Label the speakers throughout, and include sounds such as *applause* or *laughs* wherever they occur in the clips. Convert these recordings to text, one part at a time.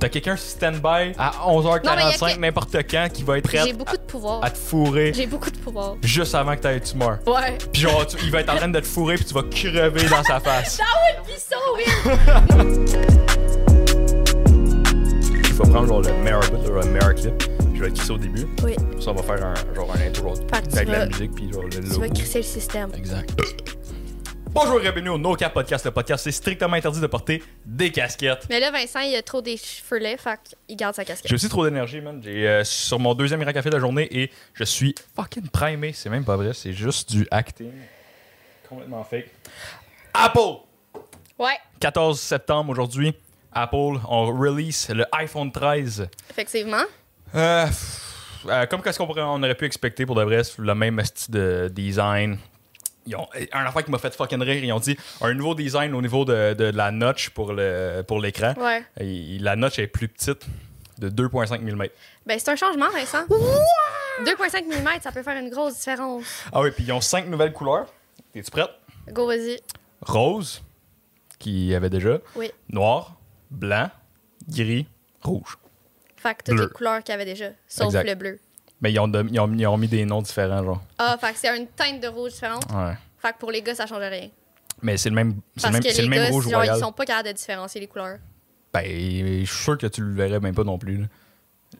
Speaker 1: T'as quelqu'un sur stand-by à 11h45,
Speaker 2: que-
Speaker 1: n'importe quand, qui va être prêt
Speaker 2: J'ai beaucoup de pouvoir.
Speaker 1: à te fourrer
Speaker 2: J'ai beaucoup de pouvoir.
Speaker 1: juste avant que t'aies tu meurs.
Speaker 2: Ouais.
Speaker 1: Puis genre, tu- il va être en train de te fourrer, puis tu vas crever dans sa
Speaker 2: *laughs*
Speaker 1: face.
Speaker 2: Be so weird.
Speaker 1: Il faut prendre genre le meilleur bout, genre, le meilleur clip. Je vais le crisser au début.
Speaker 2: *laughs* Oui.
Speaker 1: Ça, on va faire un, genre, un intro genre,
Speaker 2: Fait que tu
Speaker 1: avec la
Speaker 2: vas-
Speaker 1: musique, puis genre le
Speaker 2: Tu vas
Speaker 1: logo.
Speaker 2: crisser le système.
Speaker 1: Exact. Bonjour et bienvenue au No Cap Podcast. Le podcast, c'est strictement interdit de porter des casquettes.
Speaker 2: Mais là, Vincent, il a trop des cheveux laids, fait qu'il garde sa casquette.
Speaker 1: J'ai aussi trop d'énergie, man. J'ai euh, sur mon deuxième grand café de la journée et je suis fucking primé. C'est même pas vrai, c'est juste du acting. Complètement fake. Apple!
Speaker 2: Ouais.
Speaker 1: 14 septembre aujourd'hui. Apple, on release le iPhone 13.
Speaker 2: Effectivement.
Speaker 1: Euh, pff, euh, comme qu'est-ce qu'on pourrait- on aurait pu expecter pour de vrai, c'est le même style de design. Ils ont, un affaire qui m'a fait fucking rire, ils ont dit un nouveau design au niveau de, de- de la notch pour le pour l'écran.
Speaker 2: Ouais.
Speaker 1: Et La notch est plus petite, de 2,5 mm.
Speaker 2: Ben, c'est un changement, Vincent. 2,5 mm, ça peut faire une grosse différence.
Speaker 1: Ah oui, puis ils ont cinq nouvelles couleurs. Es-tu prête?
Speaker 2: Go, vas-y.
Speaker 1: Rose, qui y avait déjà.
Speaker 2: Oui.
Speaker 1: Noir, blanc, gris, rouge.
Speaker 2: Fait que toutes
Speaker 1: Bleu.
Speaker 2: les couleurs qu'il y avait déjà, sauf
Speaker 1: Exact.
Speaker 2: le bleu.
Speaker 1: Mais ils ont, de- ils ont- ils ont mis des noms différents, genre.
Speaker 2: Ah, fait que c'est une teinte de rouge différente.
Speaker 1: Ouais.
Speaker 2: Fait que pour les gars, ça change rien.
Speaker 1: Mais c'est le même, c'est le
Speaker 2: Parce
Speaker 1: même,
Speaker 2: que
Speaker 1: c'est le
Speaker 2: les
Speaker 1: même
Speaker 2: gars,
Speaker 1: rouge
Speaker 2: genre,
Speaker 1: royal.
Speaker 2: ils sont pas capables de différencier les couleurs.
Speaker 1: Ben, je suis sûr que tu le verrais même pas non plus. là.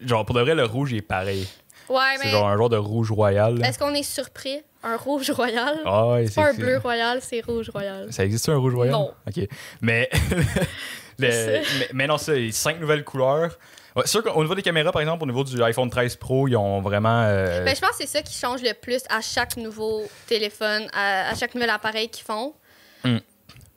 Speaker 1: Genre, pour de vrai, le rouge, il est pareil.
Speaker 2: Ouais,
Speaker 1: C'est
Speaker 2: mais
Speaker 1: genre un genre de rouge royal. là.
Speaker 2: est-ce qu'on est surpris? Un rouge royal?
Speaker 1: Ah ouais,
Speaker 2: C'est pas un
Speaker 1: c'est-
Speaker 2: bleu royal, c'est rouge royal.
Speaker 1: Ça existe un rouge royal?
Speaker 2: Non.
Speaker 1: OK. Mais, *laughs* le-
Speaker 2: sais.
Speaker 1: mais, mais non, c'est cinq nouvelles couleurs. Ouais, c'est sûr qu'au niveau des caméras, par exemple, au niveau du iPhone 13 Pro, ils ont vraiment... euh,
Speaker 2: Ben, je pense que c'est ça qui change le plus à chaque nouveau téléphone, à, à chaque nouvel appareil qu'ils font.
Speaker 1: Euh,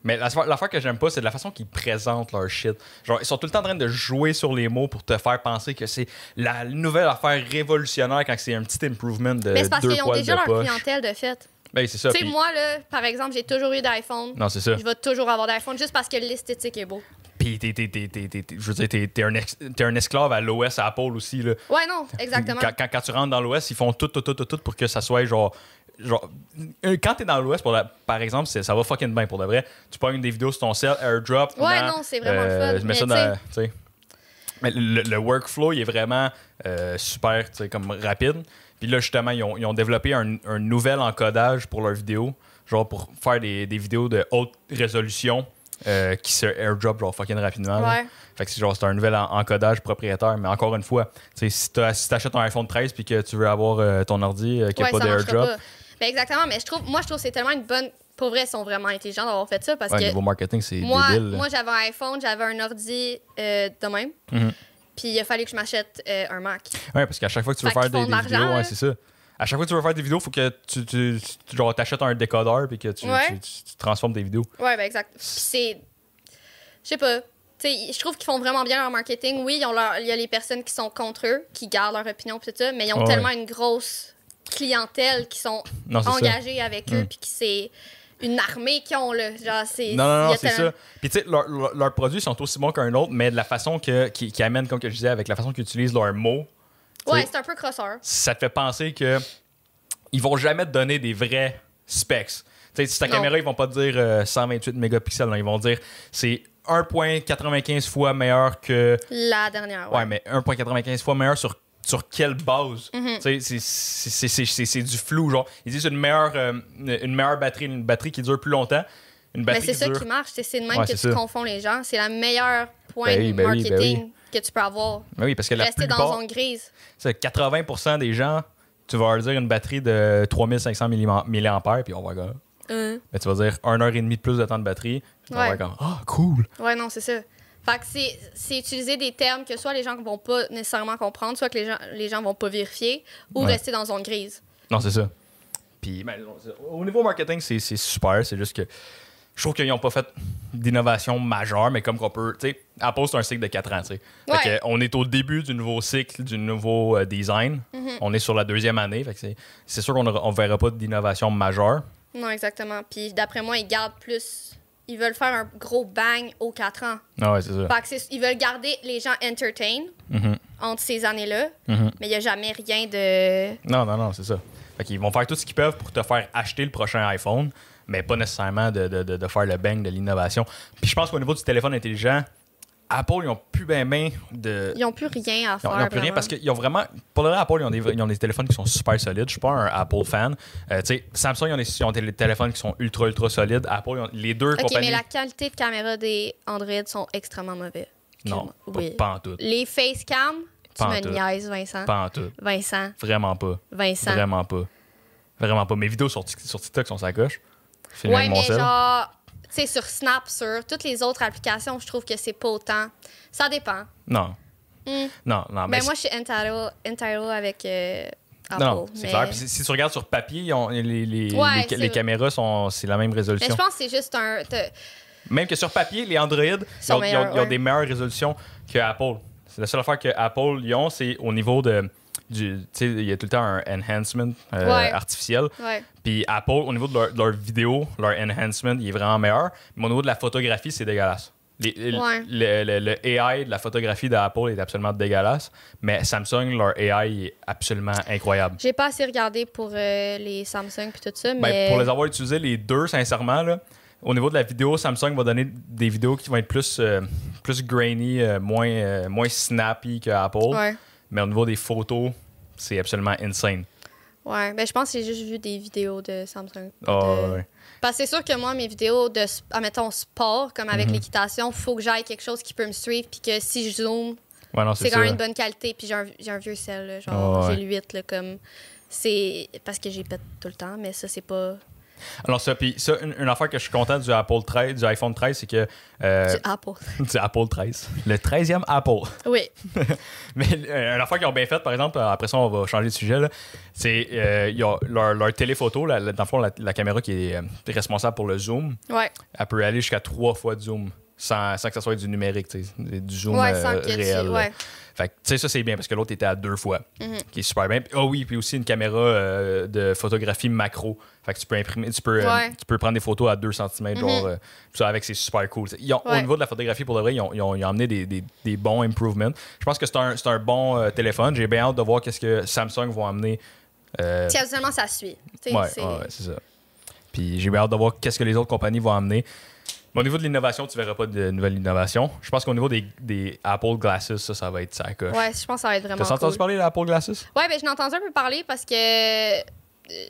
Speaker 1: Mais la- l'affaire que j'aime pas, c'est de la façon qu'ils présentent leur shit. Genre, ils sont tout le temps en train de jouer sur les mots pour te faire penser que c'est la nouvelle affaire révolutionnaire quand c'est un petit improvement de
Speaker 2: Mais c'est parce
Speaker 1: deux
Speaker 2: qu'ils ont
Speaker 1: poils
Speaker 2: déjà
Speaker 1: de
Speaker 2: leur
Speaker 1: poche.
Speaker 2: clientèle de fait.
Speaker 1: Ben, c'est ça.
Speaker 2: Tu sais,
Speaker 1: puis-
Speaker 2: moi, là, par exemple, j'ai toujours eu d'iPhone.
Speaker 1: Non, c'est ça.
Speaker 2: Je vais toujours avoir d'iPhone juste parce que l'esthétique est beau.
Speaker 1: Puis t'es, t'es, t'es, t'es- t'es- t'es- je veux dire, t'es, t'es un, ex- t'es un esclave à l'OS à Apple aussi. Là.
Speaker 2: Ouais, non, exactement.
Speaker 1: Quand, quand- quand tu rentres dans l'OS, ils font tout, tout, tout, tout, tout pour que ça soit genre. genre euh, quand t'es dans l'OS, pour la- par exemple, c'est- ça va fucking bien pour de vrai. Tu pognes des vidéos sur ton cell, airdrop.
Speaker 2: Ouais,
Speaker 1: dans-
Speaker 2: non, c'est vraiment le fun,
Speaker 1: Je mets
Speaker 2: mais
Speaker 1: ça dans. tu sais. Mais le, le workflow, il est vraiment euh, super, tu sais, comme rapide. Puis là, justement, ils ont, ils ont développé un, un nouvel encodage pour leurs vidéos, genre pour faire des, des vidéos de haute résolution euh, qui se airdrop genre fucking rapidement. là.
Speaker 2: Ouais.
Speaker 1: Fait que c'est genre c'est un nouvel en- encodage propriétaire. Mais encore une fois, tu sais, si t'as- si t'achètes un iPhone 13 puis que tu veux avoir euh, ton ordi euh, qui n'a
Speaker 2: Ouais,
Speaker 1: pas
Speaker 2: ça marchera
Speaker 1: d'airdrop,
Speaker 2: pas. Ben, exactement, mais je trouve, moi, je trouve que c'est tellement une bonne. Pour vrai, ils sont vraiment intelligents d'avoir fait ça parce
Speaker 1: ouais,
Speaker 2: que
Speaker 1: niveau marketing, c'est
Speaker 2: moi,
Speaker 1: débile. là.
Speaker 2: moi j'avais un iPhone, j'avais un ordi euh, de même.
Speaker 1: Mhm.
Speaker 2: Puis il a fallu que je m'achète euh, un Mac.
Speaker 1: Ouais, parce qu'à chaque fois que tu veux
Speaker 2: Fait
Speaker 1: faire
Speaker 2: qu'ils
Speaker 1: des,
Speaker 2: font
Speaker 1: des
Speaker 2: de l'argent,
Speaker 1: vidéos, ouais,
Speaker 2: là.
Speaker 1: c'est ça. À chaque fois que tu veux faire des vidéos, faut que tu, tu, tu- genre t'achètes un décodeur puis que tu,
Speaker 2: Ouais.
Speaker 1: tu- tu- tu transformes des vidéos.
Speaker 2: Ouais, ben exact. Puis c'est. Je sais pas. Tu sais, je trouve qu'ils font vraiment bien leur marketing. Oui, ils ont leur- il y a les personnes qui sont contre eux, qui gardent leur opinion, pis tout ça, mais ils ont
Speaker 1: Ouais.
Speaker 2: tellement une grosse clientèle qui sont
Speaker 1: Non, c'est ça.
Speaker 2: engagés avec eux,
Speaker 1: Mm.
Speaker 2: puis qui c'est une armée qui ont, là. Genre, c'est.
Speaker 1: Non, non,
Speaker 2: il y
Speaker 1: non,
Speaker 2: a
Speaker 1: c'est
Speaker 2: tellement-
Speaker 1: ça. Puis tu sais, leurs leurs- leurs produits sont aussi bons qu'un autre, mais de la façon que qui, qui amène, comme que je disais, avec la façon qu'ils utilisent leurs mots,
Speaker 2: Ouais,
Speaker 1: T'sais-
Speaker 2: c'est un peu crosseur.
Speaker 1: ça te fait penser que ils vont jamais te donner des vrais specs. Tu sais, si ta
Speaker 2: Non.
Speaker 1: caméra, ils vont pas te dire euh, 128 mégapixels, non, ils vont dire c'est 1.95 fois meilleur que
Speaker 2: La dernière.
Speaker 1: Ouais,
Speaker 2: Ouais.
Speaker 1: mais 1.95 fois meilleur sur, sur quelle base?
Speaker 2: Mhm.
Speaker 1: Tu sais, c'est- c'est- c'est- c'est c'est du flou. Genre, ils disent une meilleure, euh, une meilleure batterie, une batterie qui dure plus longtemps. Une
Speaker 2: mais
Speaker 1: batterie
Speaker 2: c'est
Speaker 1: qui
Speaker 2: ça
Speaker 1: dure.
Speaker 2: qui marche. C'est- C'est de même
Speaker 1: ben, Ouais,
Speaker 2: que tu
Speaker 1: c'est ça.
Speaker 2: confonds les gens. C'est la meilleure point
Speaker 1: Ben oui, ben oui,
Speaker 2: marketing
Speaker 1: ben oui.
Speaker 2: que tu peux avoir.
Speaker 1: Mais oui, parce que la
Speaker 2: Rester dans la
Speaker 1: plupart,
Speaker 2: zone grise.
Speaker 1: c'est 80% des gens, tu vas leur dire une batterie de 3500 mAh, puis on va gars.
Speaker 2: Hein.
Speaker 1: Mais tu vas dire 1 heure et demie de plus de temps de batterie. puis On
Speaker 2: Ouais.
Speaker 1: va comme, ah, cool.
Speaker 2: Ouais, non, c'est ça. Fait que c'est- c'est utiliser des termes que soit les gens vont pas nécessairement comprendre, soit que les gens, les gens vont pas vérifier, ou
Speaker 1: Ouais.
Speaker 2: rester dans zone grise.
Speaker 1: Non, c'est ça. Puis, ben, c'est- au niveau marketing, c'est c'est super. C'est juste que je trouve qu'ils n'ont pas fait d'innovation majeure, mais comme qu'on peut. Tu sais, Apple, c'est un cycle de 4 ans. tu sais. Fait que,
Speaker 2: Ouais.
Speaker 1: on est au début du nouveau cycle, du nouveau euh, design. On est sur la deuxième année. Fait que c'est- c'est sûr qu'on aura- on verra pas d'innovation majeure.
Speaker 2: Non, exactement. Puis d'après moi, ils gardent plus. Ils veulent faire un gros bang aux 4 ans.
Speaker 1: Ah ouais, c'est ça.
Speaker 2: Fait que c'est- ils veulent garder les gens entertained
Speaker 1: Mhm.
Speaker 2: entre ces années-là,
Speaker 1: Mhm.
Speaker 2: mais il y a jamais rien de.
Speaker 1: Non, non, non, c'est ça. Fait qu'ils vont faire tout ce qu'ils peuvent pour te faire acheter le prochain iPhone, mais pas nécessairement de, de- de- de faire le bang de l'innovation. Puis je pense qu'au niveau du téléphone intelligent, Apple, ils ont plus ben main de.
Speaker 2: Ils n'ont plus rien à
Speaker 1: Ils
Speaker 2: faire.
Speaker 1: ont, ils ont plus rien
Speaker 2: vraiment.
Speaker 1: parce qu'ils ont vraiment. Pour le vrai, Apple, ils ont, des, ils ont des téléphones qui sont super solides. Je suis pas un Apple fan. Euh, tu sais, Samsung, ils ont, des, ils ont des téléphones qui sont ultra, ultra solides. Apple, ils ont les deux
Speaker 2: Ok,
Speaker 1: compagnies.
Speaker 2: mais la qualité de caméra des Android sont extrêmement mauvais.
Speaker 1: Non, pas,
Speaker 2: Oui.
Speaker 1: pas en tout.
Speaker 2: Les facecam, tu
Speaker 1: Pas en
Speaker 2: me
Speaker 1: tout.
Speaker 2: niaises, Vincent.
Speaker 1: Pas en tout.
Speaker 2: Vincent,
Speaker 1: Vraiment pas.
Speaker 2: Vincent.
Speaker 1: Vraiment pas. Vraiment pas. Mes vidéos sur, Tik- sur TikTok sont sacoches. Filmé
Speaker 2: Ouais,
Speaker 1: avec mon
Speaker 2: mais
Speaker 1: sel.
Speaker 2: genre, tu sais, sur Snap, sur toutes les autres applications, je trouve que c'est pas autant. Ça dépend.
Speaker 1: Non.
Speaker 2: Hmm.
Speaker 1: Non, non.
Speaker 2: Ben,
Speaker 1: Ah, mais
Speaker 2: moi, je suis entitled, entitled avec euh, Apple.
Speaker 1: Non, c'est
Speaker 2: mais-
Speaker 1: clair. Puis si- si tu regardes sur papier, ils ont- les, les- les-
Speaker 2: Ouais,
Speaker 1: les-
Speaker 2: c'est
Speaker 1: les
Speaker 2: vrai.
Speaker 1: caméras sont c'est la même
Speaker 2: Mais je
Speaker 1: résolution.
Speaker 2: pense que c'est juste un. t'as-
Speaker 1: Même que sur papier, les Android, ils ont, ils
Speaker 2: Sont
Speaker 1: ont-
Speaker 2: meilleurs,
Speaker 1: ils ont
Speaker 2: ouais.
Speaker 1: des meilleures résolutions que Apple. C'est la seule affaire que Apple ils ont, c'est au niveau de du, tu sais, il y a tout le temps un enhancement euh,
Speaker 2: Ouais.
Speaker 1: artificiel.
Speaker 2: Ouais.
Speaker 1: Puis Apple, au niveau de leur, de leur vidéo, leur enhancement, il est vraiment meilleur. Mais au niveau de la photographie, c'est dégueulasse. Les- les-
Speaker 2: Ouais.
Speaker 1: le, le- le AI de la photographie d'Apple est absolument dégueulasse. Mais Samsung, leur AI est absolument incroyable.
Speaker 2: J'ai pas assez regardé pour euh, les Samsung puis tout ça,
Speaker 1: Ben,
Speaker 2: mais.
Speaker 1: pour les avoir utilisés les deux, sincèrement, là, au niveau de la vidéo, Samsung va donner des vidéos qui vont être plus, euh, plus grainy, euh, moins, euh, moins snappy que Apple.
Speaker 2: Ouais.
Speaker 1: Mais au niveau des photos, c'est absolument insane.
Speaker 2: Ouais, ben je pense que j'ai juste vu des vidéos de Samsung. pas
Speaker 1: Ah,
Speaker 2: de-
Speaker 1: ouais.
Speaker 2: Parce que c'est sûr que moi, mes vidéos de, s- admettons, sport, comme
Speaker 1: Mhm.
Speaker 2: avec l'équitation, faut que j'aille quelque chose qui peut me suivre, puis que si je zoome,
Speaker 1: Ouais, non,
Speaker 2: c'est
Speaker 1: c'est
Speaker 2: quand
Speaker 1: ça.
Speaker 2: même une bonne qualité, puis j'ai un, j'ai un vieux cell, là, genre,
Speaker 1: Ah, ouais.
Speaker 2: j'ai le 8, là, comme. C'est parce que j'ai pète tout le temps, mais ça, c'est pas.
Speaker 1: Alors ça, puis ça, une, une affaire que je suis content du Apple 13, du iPhone 13, c'est que... euh, *laughs*
Speaker 2: du Apple. *laughs*
Speaker 1: du Apple 13. Le 13e Apple. *laughs*
Speaker 2: Oui.
Speaker 1: Mais euh, une affaire qu'ils ont bien faite, par exemple, euh, après ça, on va changer de sujet, là, c'est euh, ils ont leur, leur téléphoto, la- la- dans le fond, la, la caméra qui est euh, responsable pour le zoom,
Speaker 2: Ouais.
Speaker 1: elle peut aller jusqu'à trois fois de zoom sans, sans que ça soit du numérique, tu sais, du zoom
Speaker 2: Ouais,
Speaker 1: euh,
Speaker 2: sans que tu-
Speaker 1: réel. là.
Speaker 2: ouais. Mhm.
Speaker 1: Fait que, tu sais, ça, c'est bien parce que l'autre était à deux fois, qui est super bien. Puis- Ah oui, puis aussi une caméra euh, de photographie macro. Fait que tu peux imprimer, tu peux, euh,
Speaker 2: Ouais. Mhm.
Speaker 1: tu peux prendre des photos à 2 cm, genre, euh, puis ça, avec, c'est super cool. Ils ont- Au
Speaker 2: Ouais.
Speaker 1: niveau de la photographie, pour le vrai, ils ont, ils ont- ils ont amené des, des- des bons improvements. Je pense que c'est un, c'est un bon euh, téléphone. J'ai bien hâte de voir qu'est-ce que Samsung vont amener. euh,
Speaker 2: Puis habituellement, ça suit. Tu sais,
Speaker 1: Ouais, ouais, ouais, c'est
Speaker 2: c'est-
Speaker 1: ça. Puis j'ai bien hâte de voir qu'est-ce que les autres compagnies vont amener. Mais au niveau de l'innovation, tu verras pas de nouvelles innovations. Je pense qu'au niveau des, des Apple Glasses, ça, ça va être ça.
Speaker 2: Ouais, je pense que ça va être vraiment.
Speaker 1: T'as entendu
Speaker 2: cool.
Speaker 1: parler de l'Apple Glasses?
Speaker 2: Ouais, ben, je n'ai entendu un peu parler parce que euh,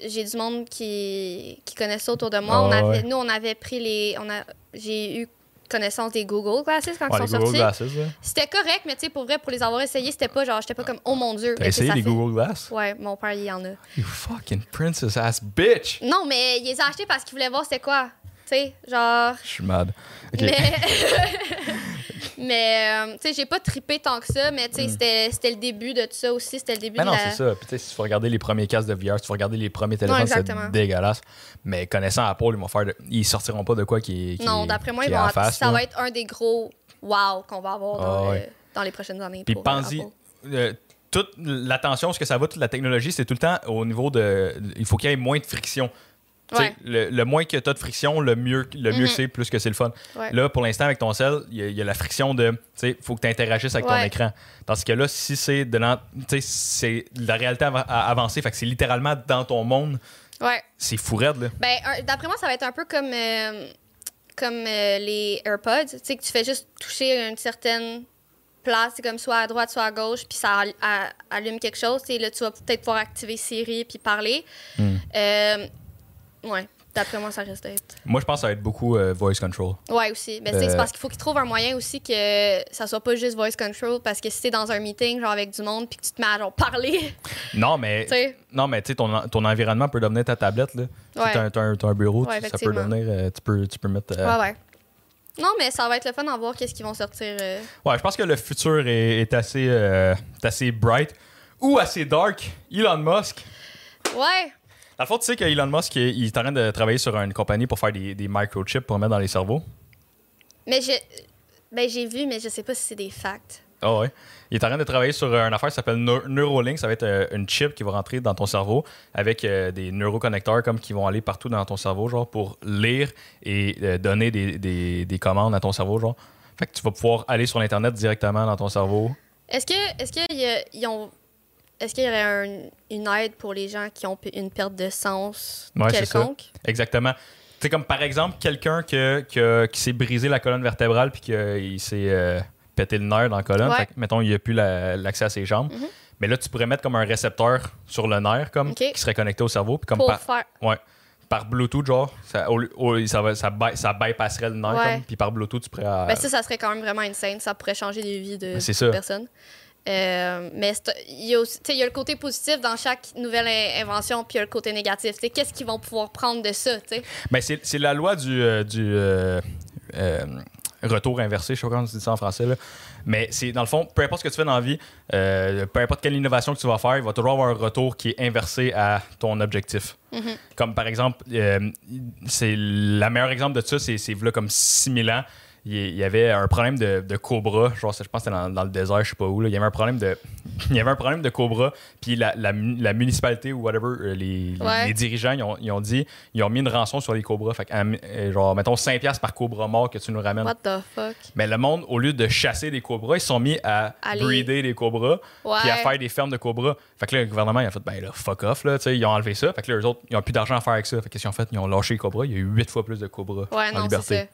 Speaker 2: j'ai du monde qui, qui connaît ça autour de moi.
Speaker 1: Ah
Speaker 2: on avait,
Speaker 1: ouais.
Speaker 2: Nous, on avait pris les. On a, j'ai eu connaissance des Google Glasses quand
Speaker 1: Ouais,
Speaker 2: Ah, ils
Speaker 1: les
Speaker 2: sont
Speaker 1: Google
Speaker 2: sortis.
Speaker 1: Glasses. là.
Speaker 2: C'était correct, mais tu sais, pour vrai, pour les avoir essayés, c'était pas genre, j'étais pas comme, oh mon dieu.
Speaker 1: Ah. T'as
Speaker 2: qu'est-ce que
Speaker 1: essayé
Speaker 2: ça
Speaker 1: les
Speaker 2: fait?
Speaker 1: Google Glass?
Speaker 2: Ouais, mon père, il y en a.
Speaker 1: You fucking princess ass bitch!
Speaker 2: Non, mais il les a achetés parce qu'il voulait voir c'était quoi. Tu sais, genre.
Speaker 1: Je suis mad. Ok.
Speaker 2: Mais, mais euh, tu sais, j'ai pas trippé tant que ça, mais tu sais, c'était, c'était le début de tout ça aussi. C'était le début
Speaker 1: Hmm. Mais
Speaker 2: de
Speaker 1: non,
Speaker 2: la.
Speaker 1: c'est ça. Puis, tu sais, si tu regarder les premiers casques de VR, si tu regarder les premiers téléphones,
Speaker 2: exactement.
Speaker 1: c'est dégueulasse. Mais connaissant Apple, ils vont faire. de- Ils sortiront pas de quoi qui est. qui
Speaker 2: Non,
Speaker 1: est-
Speaker 2: d'après moi,
Speaker 1: qui
Speaker 2: ils
Speaker 1: est
Speaker 2: vont
Speaker 1: en
Speaker 2: att-
Speaker 1: face,
Speaker 2: ça
Speaker 1: là.
Speaker 2: va être un des gros wow qu'on va avoir dans,
Speaker 1: Ah
Speaker 2: le-
Speaker 1: ouais.
Speaker 2: dans les prochaines années.
Speaker 1: Puis
Speaker 2: pour, euh,
Speaker 1: pense-y,
Speaker 2: Apple.
Speaker 1: euh, toute l'attention, ce que ça va, toute la technologie, c'est tout le temps au niveau de. Il faut qu'il y ait moins de friction. Tu sais,
Speaker 2: Ouais.
Speaker 1: Le, le moins que tu as de friction, le mieux, le mieux
Speaker 2: Mhm.
Speaker 1: c'est, plus que c'est le fun.
Speaker 2: Ouais.
Speaker 1: Là, pour l'instant, avec ton sel, il y, a- il y a la friction de. Tu sais, il faut que tu interagisses avec ton
Speaker 2: Ouais.
Speaker 1: écran. Tandis que là, si c'est de l'en- tu sais, c'est de la réalité av- a- avancée, fait que c'est littéralement dans ton monde,
Speaker 2: Ouais.
Speaker 1: c'est fou raide, là.
Speaker 2: Ben, un- d'après moi, ça va être un peu comme, euh, comme euh, les AirPods. Tu sais, que tu fais juste toucher une certaine place, c'est comme soit à droite, soit à gauche, puis ça al- a- allume quelque chose. Tu sais, là, tu vas peut-être pouvoir activer Siri puis parler. Euh, ouais. D'après moi, ça risque d'être.
Speaker 1: Moi, je pense que ça va être beaucoup euh, voice control.
Speaker 2: Ouais, aussi. Ben, c'est
Speaker 1: Euh,
Speaker 2: c'est parce qu'il faut qu'ils trouvent un moyen aussi que ça soit pas juste voice control, parce que si t'es dans un meeting, genre avec du monde, puis que tu te mets à genre, parler. *laughs*
Speaker 1: Non, mais
Speaker 2: Tu sais.
Speaker 1: non, mais tu sais, ton, en- ton environnement peut devenir ta tablette. Là. Si
Speaker 2: Ouais.
Speaker 1: t'as un- t'as un, t'as un bureau,
Speaker 2: Ouais,
Speaker 1: tu- ça peut
Speaker 2: effectivement.
Speaker 1: devenir. euh, tu, peux, tu peux mettre. euh,
Speaker 2: Ouais, ouais. Non, mais ça va être le fun d'en voir qu'est-ce qu'ils vont sortir. euh.
Speaker 1: Ouais, je pense que le futur est, est assez, euh, est assez bright ou assez dark. Elon Musk.
Speaker 2: Ouais!
Speaker 1: Dans le fond, tu sais que Elon Musk il, il est en train de travailler sur une compagnie pour faire des, des microchips pour mettre dans les cerveaux.
Speaker 2: Mais je. Ben, j'ai vu, mais je sais pas si c'est des facts.
Speaker 1: Ah ouais. Il est en train de travailler sur euh, une affaire qui s'appelle Neu- Neuralink. Ça va être euh, une chip qui va rentrer dans ton cerveau avec euh, des neuroconnecteurs comme qui vont aller partout dans ton cerveau, genre pour lire et euh, donner des, des- des commandes à ton cerveau, genre. Fait que tu vas pouvoir aller sur l'internet directement dans ton cerveau.
Speaker 2: Est-ce que. Est-ce qu'il y a- ils ont. Est-ce qu'il y aurait un- une aide pour les gens qui ont p- une perte de sens
Speaker 1: Ouais, c'est ça.
Speaker 2: quelconque?
Speaker 1: Exactement. C'est comme par exemple quelqu'un que, que- qui s'est brisé la colonne vertébrale puis qu'il s'est euh, péter le nerf dans la colonne.
Speaker 2: Ouais.
Speaker 1: Fait que, mettons, il n'y a plus la- l'accès à ses jambes.
Speaker 2: Mhm.
Speaker 1: Mais là, tu pourrais mettre comme un récepteur sur le nerf, comme
Speaker 2: Ok.
Speaker 1: qui serait connecté au cerveau. Puis comme
Speaker 2: pour
Speaker 1: par,
Speaker 2: faire.
Speaker 1: ouais, par Bluetooth, genre, ça, au lieu- au lieu- ça, va- ça, by- ça bypasserait le nerf.
Speaker 2: Ouais.
Speaker 1: comme, Puis par Bluetooth, tu pourrais. euh,
Speaker 2: Ben, ça, ça serait quand même vraiment insane. Ça pourrait changer les vies de,
Speaker 1: Ben, c'est
Speaker 2: de
Speaker 1: ça.
Speaker 2: personnes. Euh, mais c'est- il y, a aussi- tu sais, il y a le côté positif dans chaque nouvelle in- invention, puis il y a le côté négatif. Tu sais, Qu'est-ce qu'ils vont pouvoir prendre de ça? tu sais?
Speaker 1: Ben, c'est c'est la loi du, euh, du euh, euh, retour inversé, je sais pas comment on dit ça en français. Là. Mais c'est dans le fond, peu importe ce que tu fais dans la vie, euh, peu importe quelle innovation que tu vas faire, il va toujours avoir un retour qui est inversé à ton objectif. Comme par exemple, euh, c'est la meilleure exemple de ça, c'est c'est v'là comme 6000 ans. Il y- il y avait un problème de, de cobra, genre c'est- je pense que c'était dans, dans le désert, je sais pas où. là. Il y avait un problème de, *laughs* il y avait un problème de cobra, puis la, la mu- la municipalité ou whatever, euh, les,
Speaker 2: Ouais.
Speaker 1: les dirigeants, ils ont, ils ont dit, ils ont mis une rançon sur les cobras, fait que, euh, euh, genre mettons 5 piastres par cobra mort que tu nous ramènes.
Speaker 2: What the fuck?
Speaker 1: Mais le monde, au lieu de chasser des cobras, ils se sont mis à
Speaker 2: Allez.
Speaker 1: breeder des cobras
Speaker 2: Ouais.
Speaker 1: puis à faire des fermes de cobras. Fait que là, le gouvernement, il a fait, ben là, fuck off, là, tu sais, ils ont enlevé ça. Fait que là, eux autres, ils ont plus d'argent à faire avec ça. Fait que qu'est-ce qu'ils ont fait? Ils ont lâché les cobras. Il y a eu huit fois plus de cobras
Speaker 2: Ouais,
Speaker 1: en
Speaker 2: non, c'est ça.
Speaker 1: liberté.